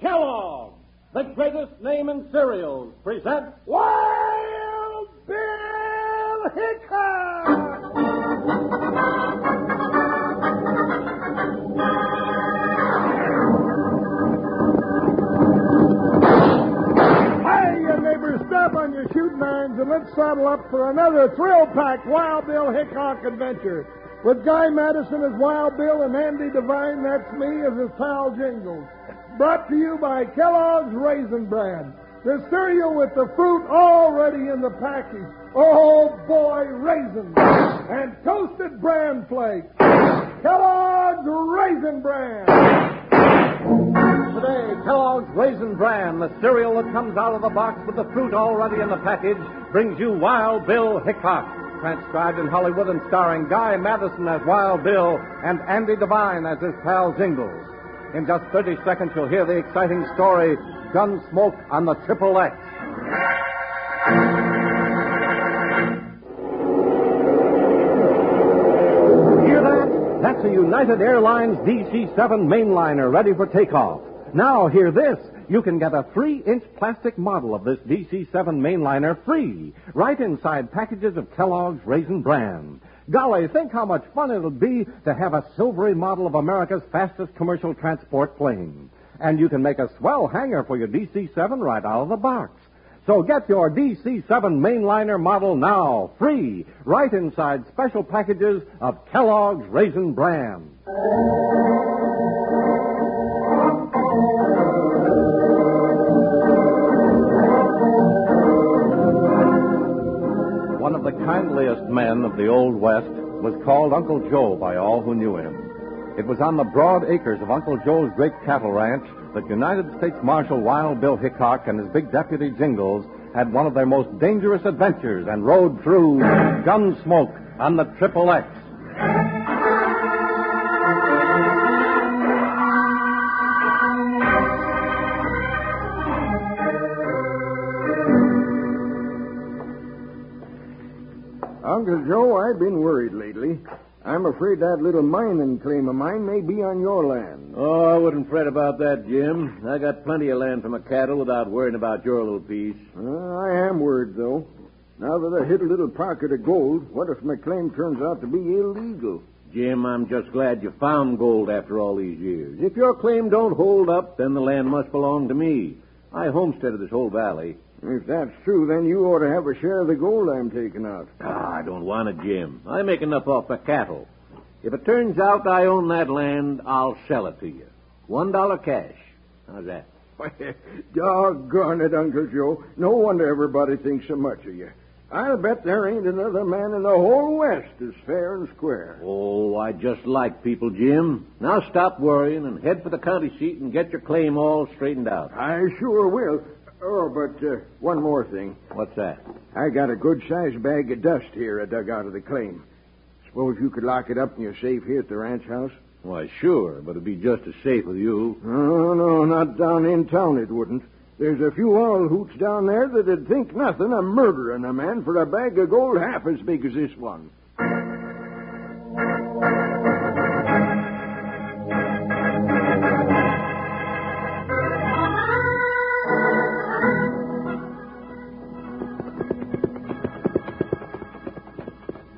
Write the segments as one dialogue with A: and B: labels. A: Kellogg, the greatest name in cereals, presents Wild Bill Hickok! Hey, you neighbors, stop on your shooting irons and let's saddle up for another thrill-packed Wild Bill Hickok adventure. With Guy Madison as Wild Bill and Andy Devine, that's me, as his pal Jingles. Brought to you by Kellogg's Raisin Bran, the cereal with the fruit already in the package. Oh boy, raisins and toasted bran flakes. Kellogg's Raisin Bran. Today, Kellogg's Raisin Bran, the cereal that comes out of the box with the fruit already in the package, brings you Wild Bill Hickok, transcribed in Hollywood and starring Guy Madison as Wild Bill and Andy Devine as his pal Jingles. In just 30 seconds, you'll hear the exciting story Gunsmoke on the Triple X. Hear that? That's a United Airlines DC 7 mainliner ready for takeoff. Now, hear this. You can get a three inch plastic model of this DC 7 mainliner free, right inside packages of Kellogg's Raisin Bran. Golly, think how much fun it'll be to have a silvery model of America's fastest commercial transport plane. And you can make a swell hanger for your DC 7 right out of the box. So get your DC 7 mainliner model now, free, right inside special packages of Kellogg's Raisin Bran. One of the kindliest men of the Old West was called Uncle Joe by all who knew him. It was on the broad acres of Uncle Joe's great cattle ranch that United States Marshal Wild Bill Hickok and his big deputy Jingles had one of their most dangerous adventures and rode through Gunsmoke on the Triple X.
B: Uncle Joe, I've been worried lately. I'm afraid that little mining claim of mine may be on your land.
C: Oh, I wouldn't fret about that, Jim. I got plenty of land for my cattle without worrying about your little piece.
B: Uh, I am worried, though. Now that I hit a little pocket of gold, what if my claim turns out to be illegal?
C: Jim, I'm just glad you found gold after all these years. If your claim don't hold up, then the land must belong to me. I homesteaded this whole valley.
B: If that's true, then you ought to have a share of the gold I'm taking out.
C: Ah, I don't want it, Jim. I make enough off my cattle. If it turns out I own that land, I'll sell it to you. One dollar cash. How's that?
B: Doggone it, Uncle Joe. No wonder everybody thinks so much of you. I'll bet there ain't another man in the whole West as fair and square.
C: Oh, I just like people, Jim. Now stop worrying and head for the county seat and get your claim all straightened out.
B: I sure will. Oh, but uh, one more thing.
C: What's that?
B: I got a good sized bag of dust here I dug out of the claim. Suppose you could lock it up in your safe here at the ranch house?
C: Why, sure, but it'd be just as safe with you.
B: Oh, no, not down in town it wouldn't. There's a few owl hoots down there that'd think nothing of murdering a man for a bag of gold half as big as this one.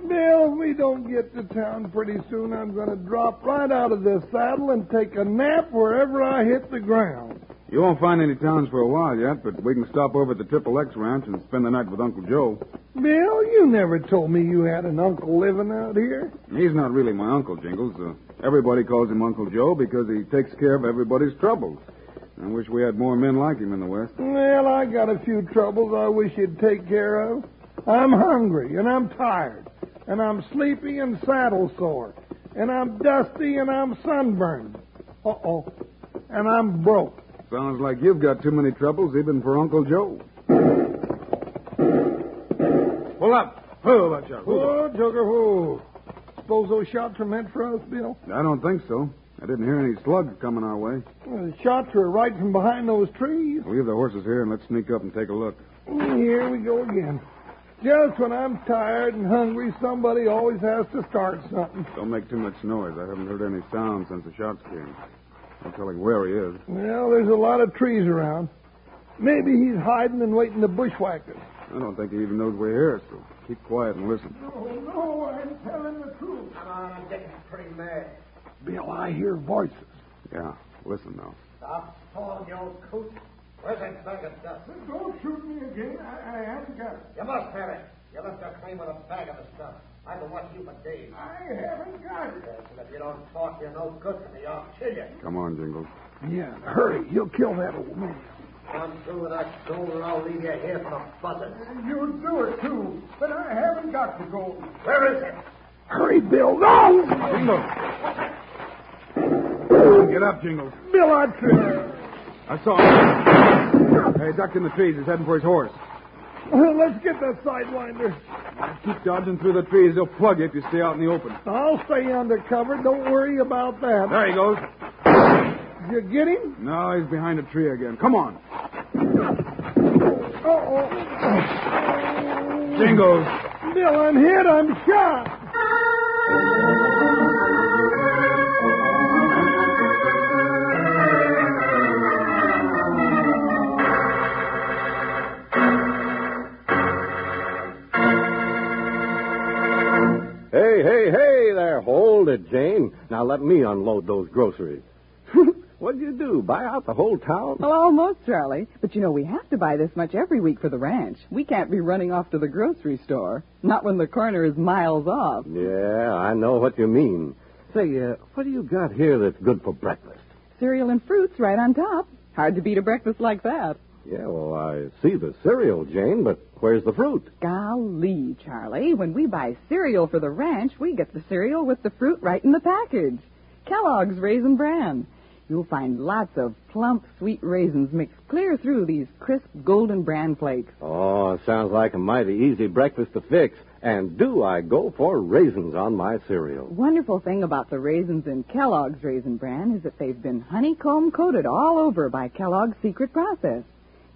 D: Bill, if we don't get to town pretty soon, I'm going to drop right out of this saddle and take a nap wherever I hit the ground.
E: You won't find any towns for a while yet, but we can stop over at the Triple X Ranch and spend the night with Uncle Joe.
D: Bill, you never told me you had an uncle living out here.
E: He's not really my uncle, Jingles. Uh, everybody calls him Uncle Joe because he takes care of everybody's troubles. I wish we had more men like him in the West.
D: Well, I got a few troubles I wish you'd take care of. I'm hungry and I'm tired, and I'm sleepy and saddle sore, and I'm dusty and I'm sunburned. Uh oh. And I'm broke.
E: Sounds like you've got too many troubles even for Uncle Joe. Pull up. Pull up, Joe.
D: Oh, Joker, whoa. Suppose those shots were meant for us, Bill?
E: I don't think so. I didn't hear any slugs coming our way.
D: Well, the shots were right from behind those trees. Mm,
E: Leave the horses here and let's sneak up and take a look.
D: Here we go again. Just when I'm tired and hungry, somebody always has to start something.
E: Don't make too much noise. I haven't heard any sound since the shots came. I'm telling where he is.
D: Well, there's a lot of trees around. Maybe he's hiding and waiting to bushwhack us.
E: I don't think he even knows we're here, so keep quiet and listen.
F: Oh, no, I'm telling the truth.
G: Come on, I'm getting pretty mad.
D: Bill, I hear voices.
E: Yeah, listen now.
G: Stop pulling your old coot. Where's that bag of dust?
F: Don't shoot me again. I, I haven't got it.
G: You must have it. You left your claim with a bag of the stuff. I've been watching you for days.
F: I haven't got it.
G: Yes, and if you don't talk, you're no good to me. I'll kill you.
E: Come on, Jingles.
D: Yeah, hurry. He'll kill that old man.
G: Come through with that gold, and I'll leave you here for the buzzards.
F: You'd do it, too. But I haven't got the gold.
G: Where is it?
D: Hurry, Bill. No!
E: Get up, Jingles.
D: Bill, I tripped.
E: I saw him. Hey, ducked in the trees. He's heading for his horse.
D: Let's get that sidewinder.
E: Keep dodging through the trees. He'll plug you if you stay out in the open.
D: I'll stay undercover. Don't worry about that.
E: There he goes.
D: Did you get him?
E: No, he's behind a tree again. Come on.
D: Uh-oh.
E: Jingles.
D: Bill, I'm hit. I'm shot.
A: Hey, hey, hey there. Hold it, Jane. Now let me unload those groceries. What'd you do? Buy out the whole town?
H: Well, Oh, almost, Charlie. But you know, we have to buy this much every week for the ranch. We can't be running off to the grocery store. Not when the corner is miles off.
A: Yeah, I know what you mean. Say, uh, what do you got here that's good for breakfast?
H: Cereal and fruits right on top. Hard to beat a breakfast like that.
A: Yeah, well, I see the cereal, Jane, but where's the fruit?
H: Golly, Charlie. When we buy cereal for the ranch, we get the cereal with the fruit right in the package. Kellogg's Raisin Bran. You'll find lots of plump, sweet raisins mixed clear through these crisp, golden bran flakes.
A: Oh, sounds like a mighty easy breakfast to fix. And do I go for raisins on my cereal?
H: Wonderful thing about the raisins in Kellogg's Raisin Bran is that they've been honeycomb coated all over by Kellogg's secret process.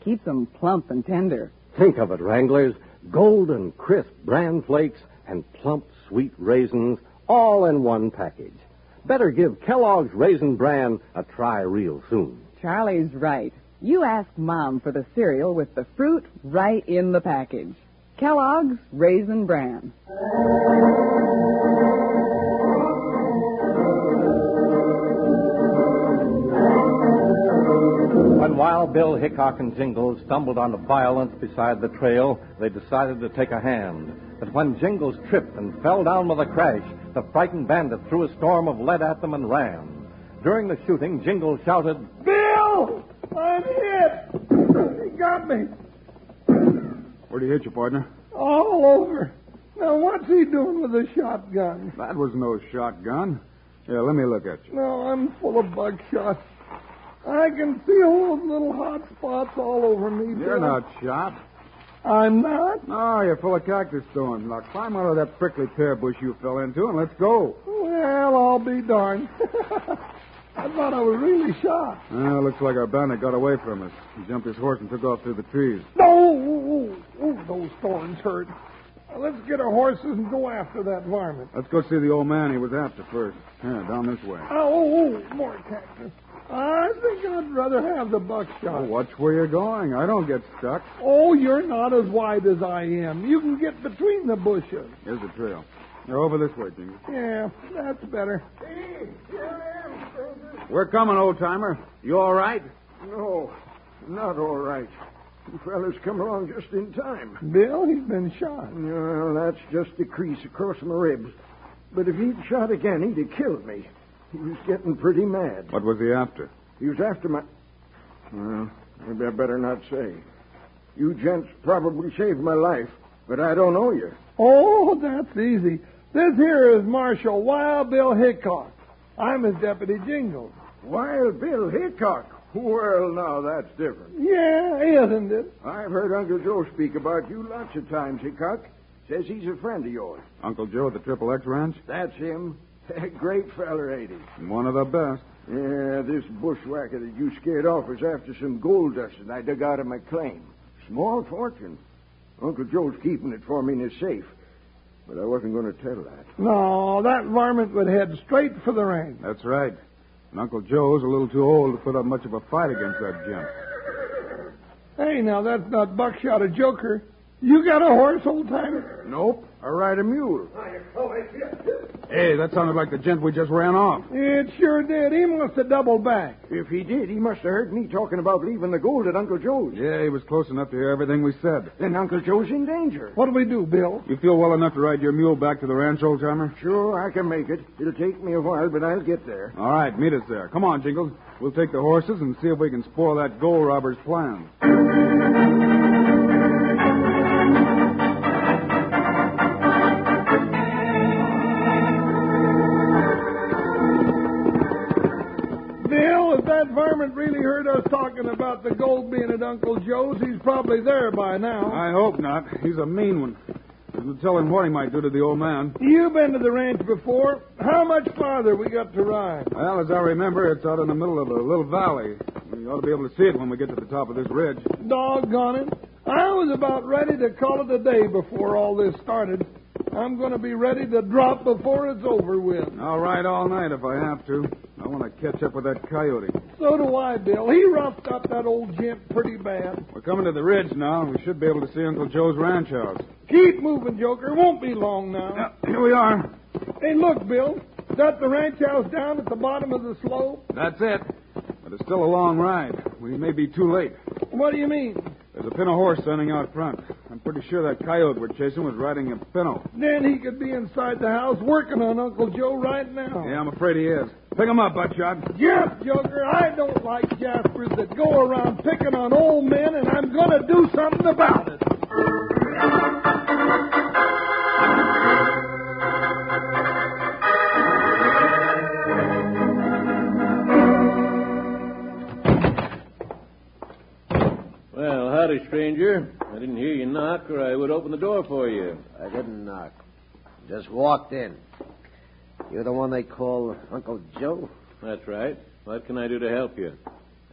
H: Keeps them plump and tender.
A: Think of it, Wranglers. Golden, crisp bran flakes and plump, sweet raisins all in one package. Better give Kellogg's Raisin Bran a try real soon.
H: Charlie's right. You ask Mom for the cereal with the fruit right in the package. Kellogg's Raisin Bran.
A: When Wild Bill, Hickok, and Jingles stumbled onto violence beside the trail, they decided to take a hand. But when Jingles tripped and fell down with a crash, the frightened bandit threw a storm of lead at them and ran. During the shooting, Jingles shouted,
D: Bill! I'm hit. He got me.
E: Where'd he hit you, partner?
D: All over. Now, what's he doing with a shotgun?
E: That was no shotgun. Yeah, let me look at you.
D: No, I'm full of buckshot. I can feel those little hot spots all over me.
E: You're
D: Bill.
E: not shot.
D: I'm not.
E: No, you're full of cactus thorns. Now climb out of that prickly pear bush you fell into and let's go.
D: Well, I'll be darned. I thought I was really shot.
E: Ah, looks like our bandit got away from us. He jumped his horse and took off through the trees.
D: No, oh, oh, oh, those thorns hurt. Now, Let's get our horses and go after that varmint.
E: Let's go see the old man he was after first. Yeah, down this way.
D: Oh, oh, oh, more cactus. I think I'd rather have the
E: Oh,
D: buckshot.
E: watch where you're going. I don't get stuck.
D: Oh, you're not as wide as I am. You can get between the bushes.
E: Here's the trail. Now over this way, Jingles.
D: Yeah, that's better.
F: Hey, here I am, stranger.
E: We're coming, old timer. You all right?
I: No, not all right. You fellas come along just in time.
D: Bill, he's been shot.
I: Well, that's just a crease across my ribs. But if he'd shot again, he'd have killed me. He was getting pretty mad.
E: What was he after?
I: He was after my. Well, maybe I better not say. You gents probably saved my life, but I don't know you.
D: Oh, that's easy. This here is Marshal Wild Bill Hickok. I'm his deputy Jingle.
I: Wild Bill Hickok. Well, now that's different.
D: Yeah, isn't it?
I: I've heard Uncle Joe speak about you lots of times, Hickok. Says he's a friend of yours.
E: Uncle Joe at the Triple X Ranch?
I: That's him. Great feller, ain't he?
E: One of the best.
I: Yeah, this bushwhacker that you scared off was after some gold dust that I dug out of my claim. Small fortune. Uncle Joe's keeping it for me in his safe. But I wasn't going to tell that.
D: No, that varmint would head straight for the range.
E: That's right. And Uncle Joe's a little too old to put up much of a fight against that gent.
D: Hey, now that's not buckshot a joker. You got a horse, old timer?
I: Nope. I ride a mule.
E: Hey, that sounded like the gent we just ran off.
D: It sure did. He must have doubled back.
I: If he did, he must have heard me talking about leaving the gold at Uncle Joe's.
E: Yeah, he was close enough to hear everything we said.
I: Then Uncle Joe's in danger.
D: What do we do, Bill?
E: You feel well enough to ride your mule back to the ranch, old timer?
I: Sure, I can make it. It'll take me a while, but I'll get there.
E: All right, meet us there. Come on, Jingles. We'll take the horses and see if we can spoil that gold robber's plan.
D: Bill, if that varmint really heard us talking about the gold being at Uncle Joe's, he's probably there by now.
E: I hope not. He's a mean one. It'll tell him what he might do to the old man.
D: You've been to the ranch before. How much farther we got to ride?
E: Well, as I remember, it's out in the middle of a little valley. We ought to be able to see it when we get to the top of this ridge.
D: Doggone it. I was about ready to call it a day before all this started. I'm going to be ready to drop before it's over with.
E: I'll ride all night if I have to. I want to catch up with that coyote.
D: So do I, Bill. He roughed up that old gent pretty bad.
E: We're coming to the ridge now. We should be able to see Uncle Joe's ranch house.
D: Keep moving, Joker. Won't be long now.
E: Yeah, here we are.
D: Hey, look, Bill. Is that the ranch house down at the bottom of the slope?
E: That's it. But it's still a long ride. We may be too late.
D: What do you mean?
E: There's a pinto horse standing out front. I'm pretty sure that coyote we're chasing was riding a pinto.
D: Then he could be inside the house working on Uncle Joe right now.
E: Yeah, I'm afraid he is. Pick him up, Buckshot.
D: Yep, Joker. I don't like Jaspers that go around picking on old men, and I'm going to do something about it.
J: Well, howdy, stranger. I didn't hear you knock, or I would open the door for you.
G: I didn't knock. Just walked in. You're the one they call Uncle Joe?
J: That's right. What can I do to help you?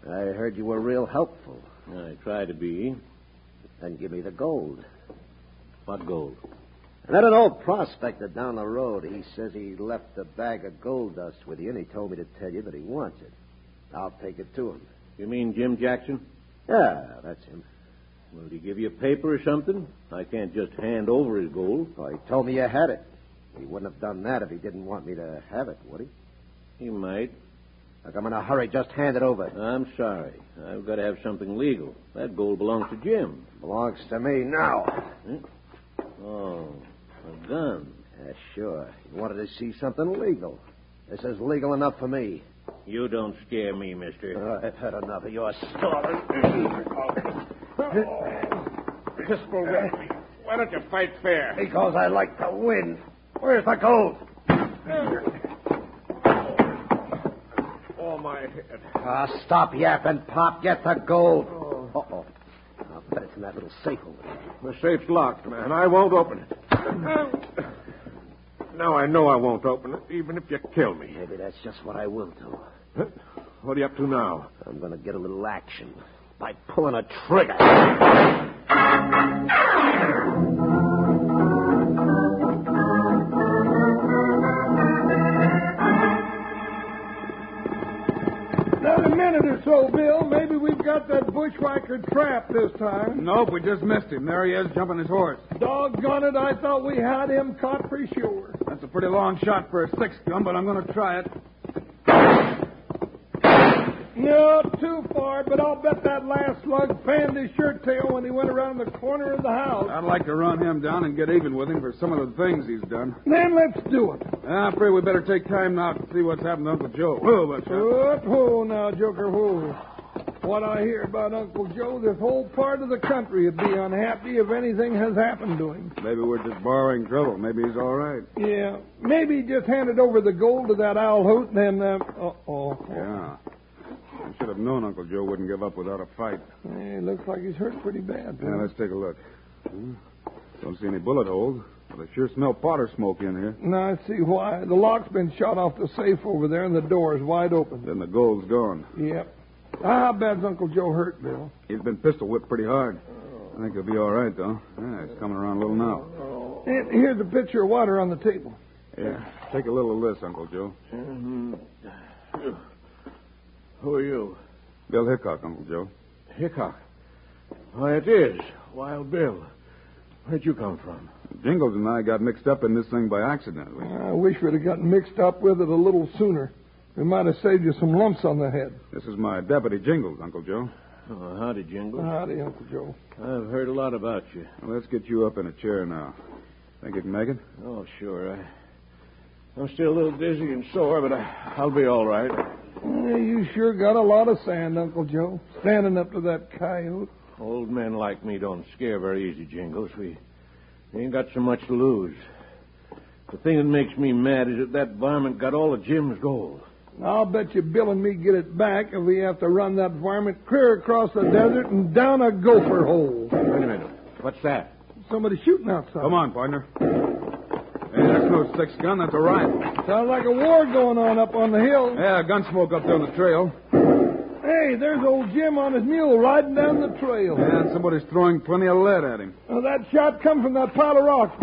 G: I heard you were real helpful.
J: I try to be.
G: Then give me the gold.
J: What gold?
G: I met an old prospector down the road. He says he left a bag of gold dust with you, and he told me to tell you that he wants it. I'll take it to him.
J: You mean Jim Jackson?
G: Yeah, that's him.
J: Will he give you a paper or something? I can't just hand over his gold.
G: Oh, he told me you had it. He wouldn't have done that if he didn't want me to have it, would he?
J: He might.
G: Look, I'm in a hurry. Just hand it over.
J: I'm sorry. I've got to have something legal. That gold belongs to Jim.
G: Belongs to me now.
J: Oh, a gun.
G: Yeah, sure. You wanted to see something legal. This is legal enough for me.
J: You don't scare me, mister.
G: Oh, I've had enough of your stalling.
J: Pistol whip me. Why don't you fight fair?
G: because I like to win. Where's the gold?
J: Oh, my head.
G: Ah, stop yapping, Pop. Get the gold. Uh-oh. I'll bet it's in that little safe over there.
I: The safe's locked, man. I won't open it. Now I know I won't open it, even if you kill me.
G: Maybe that's just what I will do.
I: What are you up to now?
G: I'm going to get a little action by pulling a trigger.
D: Another minute or so, Bill. Maybe we've got that bushwhacker trapped this time.
E: Nope, we just missed him. There he is, jumping his horse.
D: Doggone it, I thought we had him caught for sure.
E: That's a pretty long shot for a six gun, but I'm going to try it.
D: No, too far, but I'll bet that last slug fanned his shirt tail when he went around the corner of the house.
E: I'd like to run him down and get even with him for some of the things he's done. Ah,
D: Then let's do it.
E: I'm afraid we better take time now to see what's happened to Uncle Joe. Whoa, Buckshot.
D: Up, ho, now, Joker, who? What I hear about Uncle Joe, this whole part of the country would be unhappy if anything has happened to him.
E: Maybe we're just borrowing trouble. Maybe he's all right.
D: Yeah, maybe he just handed over the gold to that owl hoot, and then, uh, uh-oh.
E: Yeah. I should have known Uncle Joe wouldn't give up without a fight.
D: Hey, looks like he's hurt pretty bad.
E: Yeah, let's take a look. Hmm. Don't see any bullet holes, but I sure smell powder smoke in here.
D: Now I see why. The lock's been shot off the safe over there, and the door is wide open.
E: Then the gold's gone.
D: Yep. How bad's Uncle Joe hurt, Bill?
E: He's been pistol whipped pretty hard. I think he'll be all right, though. Yeah, he's coming around a little now.
D: And here's a pitcher of water on the table.
E: Yeah, take a little of this, Uncle Joe.
J: Mm-hmm. Who are you?
E: Bill Hickok, Uncle Joe.
J: Hickok. Why, it is. Wild Bill. Where'd you come from?
E: Jingles and I got mixed up in this thing by accident. We-
D: I wish we'd have gotten mixed up with it a little sooner. We might have saved you some lumps on the head.
E: This is my deputy Jingles, Uncle Joe.
J: Oh, howdy, Jingles.
D: Howdy, Uncle Joe.
J: I've heard a lot about you.
E: Now, let's get you up in a chair now. Think you can make it?
J: Oh, sure. I, I'm still a little dizzy and sore, but I, I'll be all right.
D: Yeah, you sure got a lot of sand, Uncle Joe, standing up to that coyote.
J: Old men like me don't scare very easy, Jingles. We, we ain't got so much to lose. The thing that makes me mad is that that varmint got all of Jim's gold.
D: I'll bet you Bill and me get it back if we have to run that varmint clear across the desert and down a gopher hole.
J: Wait a minute. What's that?
D: Somebody shooting outside.
E: Come on, partner. Hey, that's no six gun. That's a rifle.
D: Sounds like a war going on up on the hill.
E: Yeah, gun smoke up down the trail.
D: Hey, there's old Jim on his mule riding down the trail.
E: Yeah, and somebody's throwing plenty of lead at him.
D: Now, that shot come from that pile of rocks.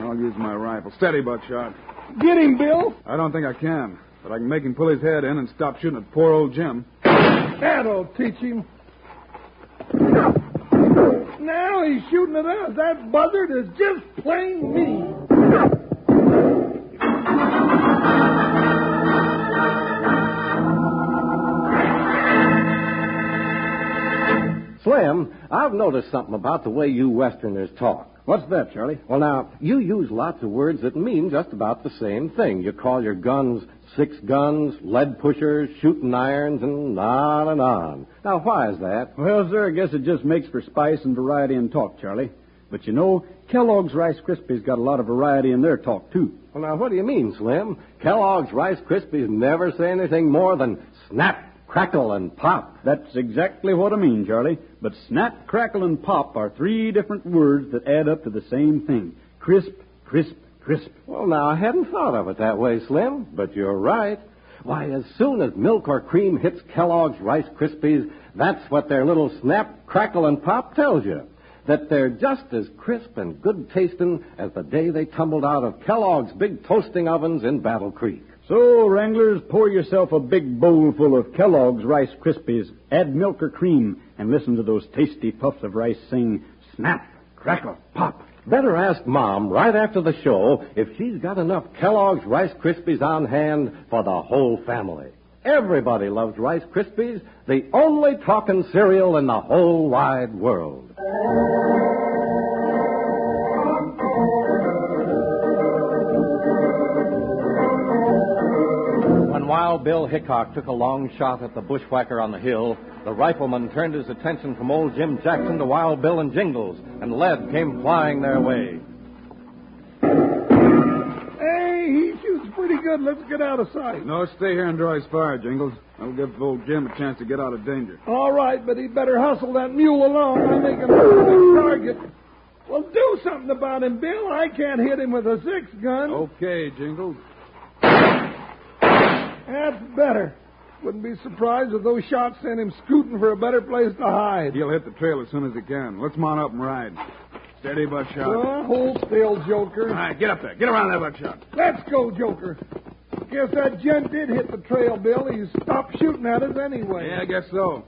E: I'll use my rifle. Steady, Buckshot.
D: Get him, Bill.
E: I don't think I can, but I can make him pull his head in and stop shooting at poor old Jim.
D: That'll teach him. Now he's shooting at us. That buzzard is just plain mean.
A: Slim, I've noticed something about the way you Westerners talk. What's that, Charlie? Well, now, you use lots of words that mean just about the same thing. You call your guns six guns, lead pushers, shooting irons, and on and on. Now, why is that?
K: Well, sir, I guess it just makes for spice and variety in talk, Charlie. But you know, Kellogg's Rice Krispies got a lot of variety in their talk, too.
A: Well, now, what do you mean, Slim? Kellogg's Rice Krispies never say anything more than snap, crackle, and pop.
K: That's exactly what I mean, Charlie. But snap, crackle, and pop are three different words that add up to the same thing crisp, crisp, crisp.
A: Well, now, I hadn't thought of it that way, Slim, but you're right. Why, as soon as milk or cream hits Kellogg's Rice Krispies, that's what their little snap, crackle, and pop tells you. That they're just as crisp and good tasting as the day they tumbled out of Kellogg's big toasting ovens in Battle Creek.
K: So, Wranglers, pour yourself a big bowl full of Kellogg's Rice Krispies, add milk or cream, and listen to those tasty puffs of rice sing snap, crackle, pop.
A: Better ask Mom right after the show if she's got enough Kellogg's Rice Krispies on hand for the whole family. Everybody loves Rice Krispies, the only talking cereal in the whole wide world. When Wild Bill Hickok took a long shot at the bushwhacker on the hill, the rifleman turned his attention from old Jim Jackson to Wild Bill and Jingles, and lead came flying their way.
D: Hey, he shoots pretty good. Let's get out of sight.
E: No, stay here and draw his fire, Jingles. That'll give old Jim a chance to get out of danger.
D: All right, but he better hustle that mule along. I'm making a perfect target. Well, do something about him, Bill. I can't hit him with a six gun.
E: Okay, Jingles.
D: That's better. Wouldn't be surprised if those shots sent him scooting for a better place to hide.
E: He'll hit the trail as soon as he can. Let's mount up and ride. Steady, Buckshot. All
D: Well, hold still, Joker.
E: right, get up there. Get around that Buckshot.
D: Let's go, Joker. Guess that gent did hit the trail, Bill. He stopped shooting at us anyway.
E: Yeah, I guess so.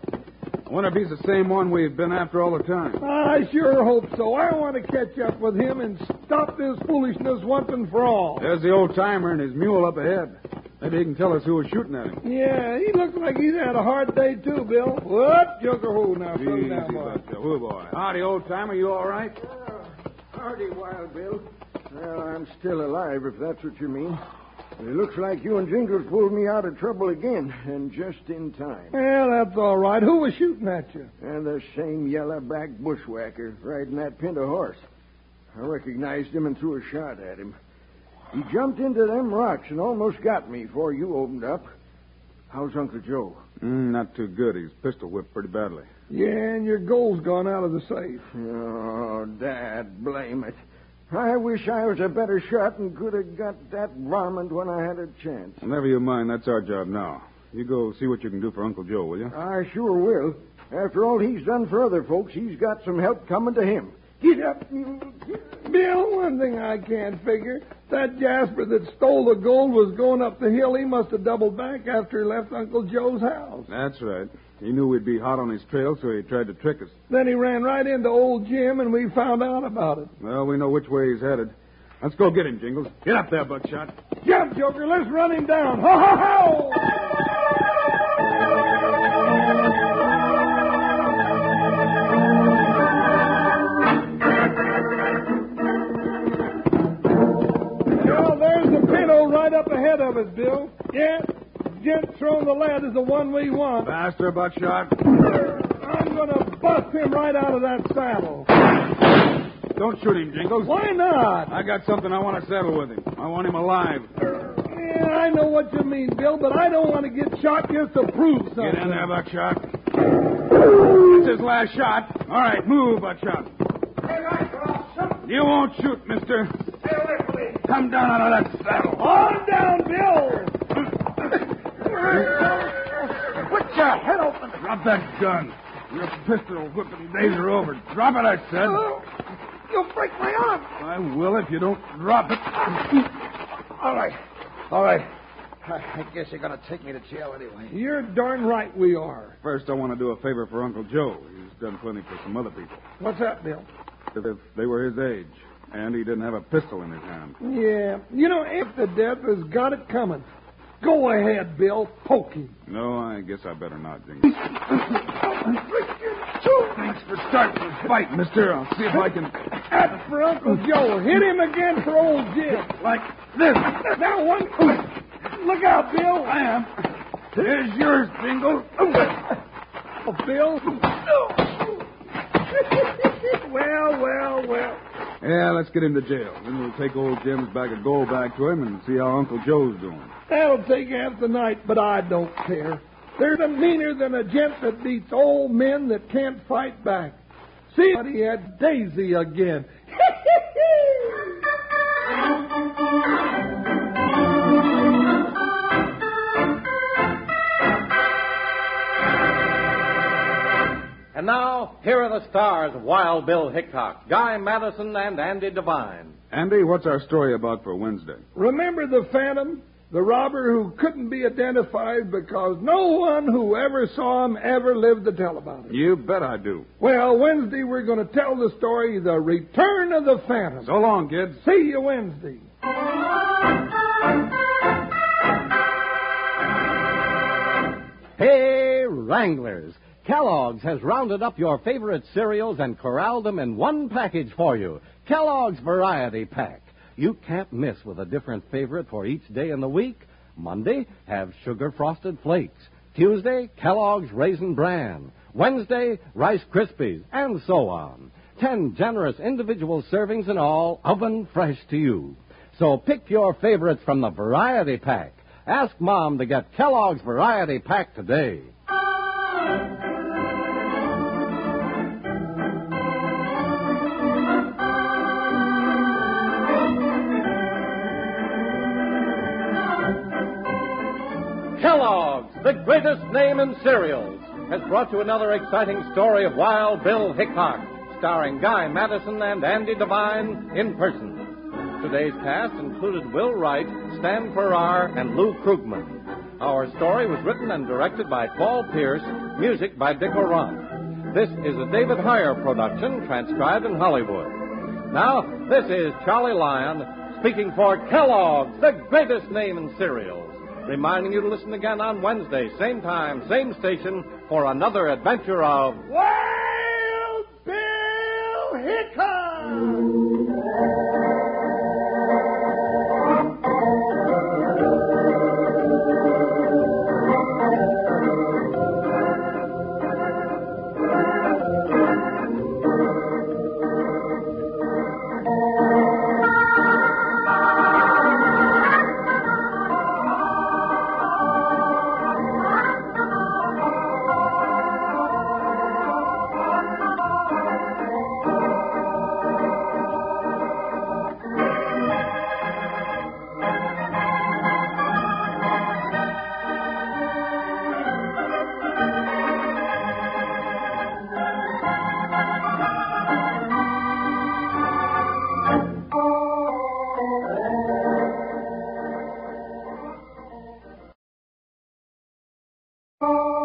E: I wonder if he's the same one we've been after all the time.
D: I sure hope so. I want to catch up with him and stop this foolishness once and for all.
E: There's the old timer and his mule up ahead. Maybe he can tell us who was shooting at him.
D: Yeah, he looks like he's had a hard day, too, Bill. What? Joker, who now? Slow
E: Easy,
D: down, boy. Uh,
E: Buckshot. Who, boy? Howdy, old timer. You all right?
I: Hardy, Wild Bill. Well, I'm still alive, if that's what you mean. It looks like you and Jingles pulled me out of trouble again, and just in time.
D: Yeah, that's all right. Who was shooting at you?
I: And the same yellow-backed bushwhacker riding that pinto horse. I recognized him and threw a shot at him. He jumped into them rocks and almost got me before you opened up. How's Uncle Joe?
E: Mm, not too good. He's pistol whipped pretty badly.
D: Yeah, and your gold's gone out of the safe.
I: Oh, Dad, blame it. I wish I was a better shot and could have got that varmint when I had a chance.
E: Never you mind. That's our job now. You go see what you can do for Uncle Joe, will you?
I: I sure will. After all he's done for other folks, he's got some help coming to him.
D: Get up. Bill, one thing I can't figure. That Jasper that stole the gold was going up the hill. He must have doubled back after he left Uncle Joe's house.
E: That's right. He knew we'd be hot on his trail, so he tried to trick us.
D: Then he ran right into old Jim, and we found out about it.
E: Well, we know which way he's headed. Let's go get him, Jingles. Get up there, Buckshot.
D: Jump, Joker. Let's run him down. Ho, ho, ho! Well, there's the pinto right up ahead of us, Bill. Yeah, gent throwing the lad is the one we want.
E: Faster, Buckshot.
D: I'm going to bust him right out of that saddle.
E: Don't shoot him, Jingles.
D: Why not?
E: I got something I want to settle with him. I want him alive.
D: Yeah, I know what you mean, Bill, but I don't want to get shot just to prove something.
E: Get in there, Buckshot. It's his last shot. All right, move, Buckshot. You won't shoot, mister. Come down out of that saddle.
D: On down, Bill!
E: Put your head open. Drop that gun. Your pistol whipping days are over. Drop it, I said.
D: You'll break my arm.
E: I will if you don't drop it.
G: All right. All right. I I guess you're going to take me to jail anyway.
D: You're darn right we are.
E: First, I want to do a favor for Uncle Joe. He's done plenty for some other people.
D: What's that, Bill?
E: If they were his age, and he didn't have a pistol in his hand.
D: Yeah. You know, if the death has got it coming, go ahead, Bill. Poke him.
E: No, I guess I better not, Jingles. Thanks for starting the fight, mister. I'll see if I can.
D: That's for Uncle Joe. Hit him again for old Jim.
E: Like this.
D: Now one quick. Look out, Bill.
E: I am. Here's yours, Jingles.
D: Oh, Bill. well, well, well.
E: Yeah, let's get him to jail. Then we'll take old Jim's bag of gold back to him and see how Uncle Joe's doing.
D: That'll take half the night, but I don't care. There's a meaner than a gent that beats old men that can't fight back. See, but he had Daisy again.
A: And now, here are the stars of Wild Bill Hickok, Guy Madison, and Andy Devine.
E: Andy, what's our story about for Wednesday?
D: Remember the Phantom? The robber who couldn't be identified because no one who ever saw him ever lived to tell about it.
E: You bet I do.
D: Well, Wednesday we're going to tell the story, The Return of the Phantom.
E: So long, kids.
D: See you Wednesday.
K: Hey, Wranglers! Kellogg's has rounded up your favorite cereals and corralled them in one package for you Kellogg's Variety Pack. You can't miss with a different favorite for each day in the week. Monday, have sugar frosted flakes. Tuesday, Kellogg's Raisin Bran. Wednesday, Rice Krispies, and so on. Ten generous individual servings in all, oven fresh to you. So pick your favorites from the Variety Pack. Ask Mom to get Kellogg's Variety Pack today.
A: Kellogg's, the greatest name in cereals, has brought you another exciting story of Wild Bill Hickok, starring Guy Madison and Andy Devine in person. Today's cast included Will Wright, Stan Farrar, and Lou Krugman. Our story was written and directed by Paul Pierce, music by Dick Oran. This is a David Heyer production, transcribed in Hollywood. Now, this is Charlie Lyon speaking for Kellogg's, the greatest name in cereals reminding you to listen again on Wednesday, same time, same station, for another adventure of.
D: Wild Bill Hickok!
L: Oh.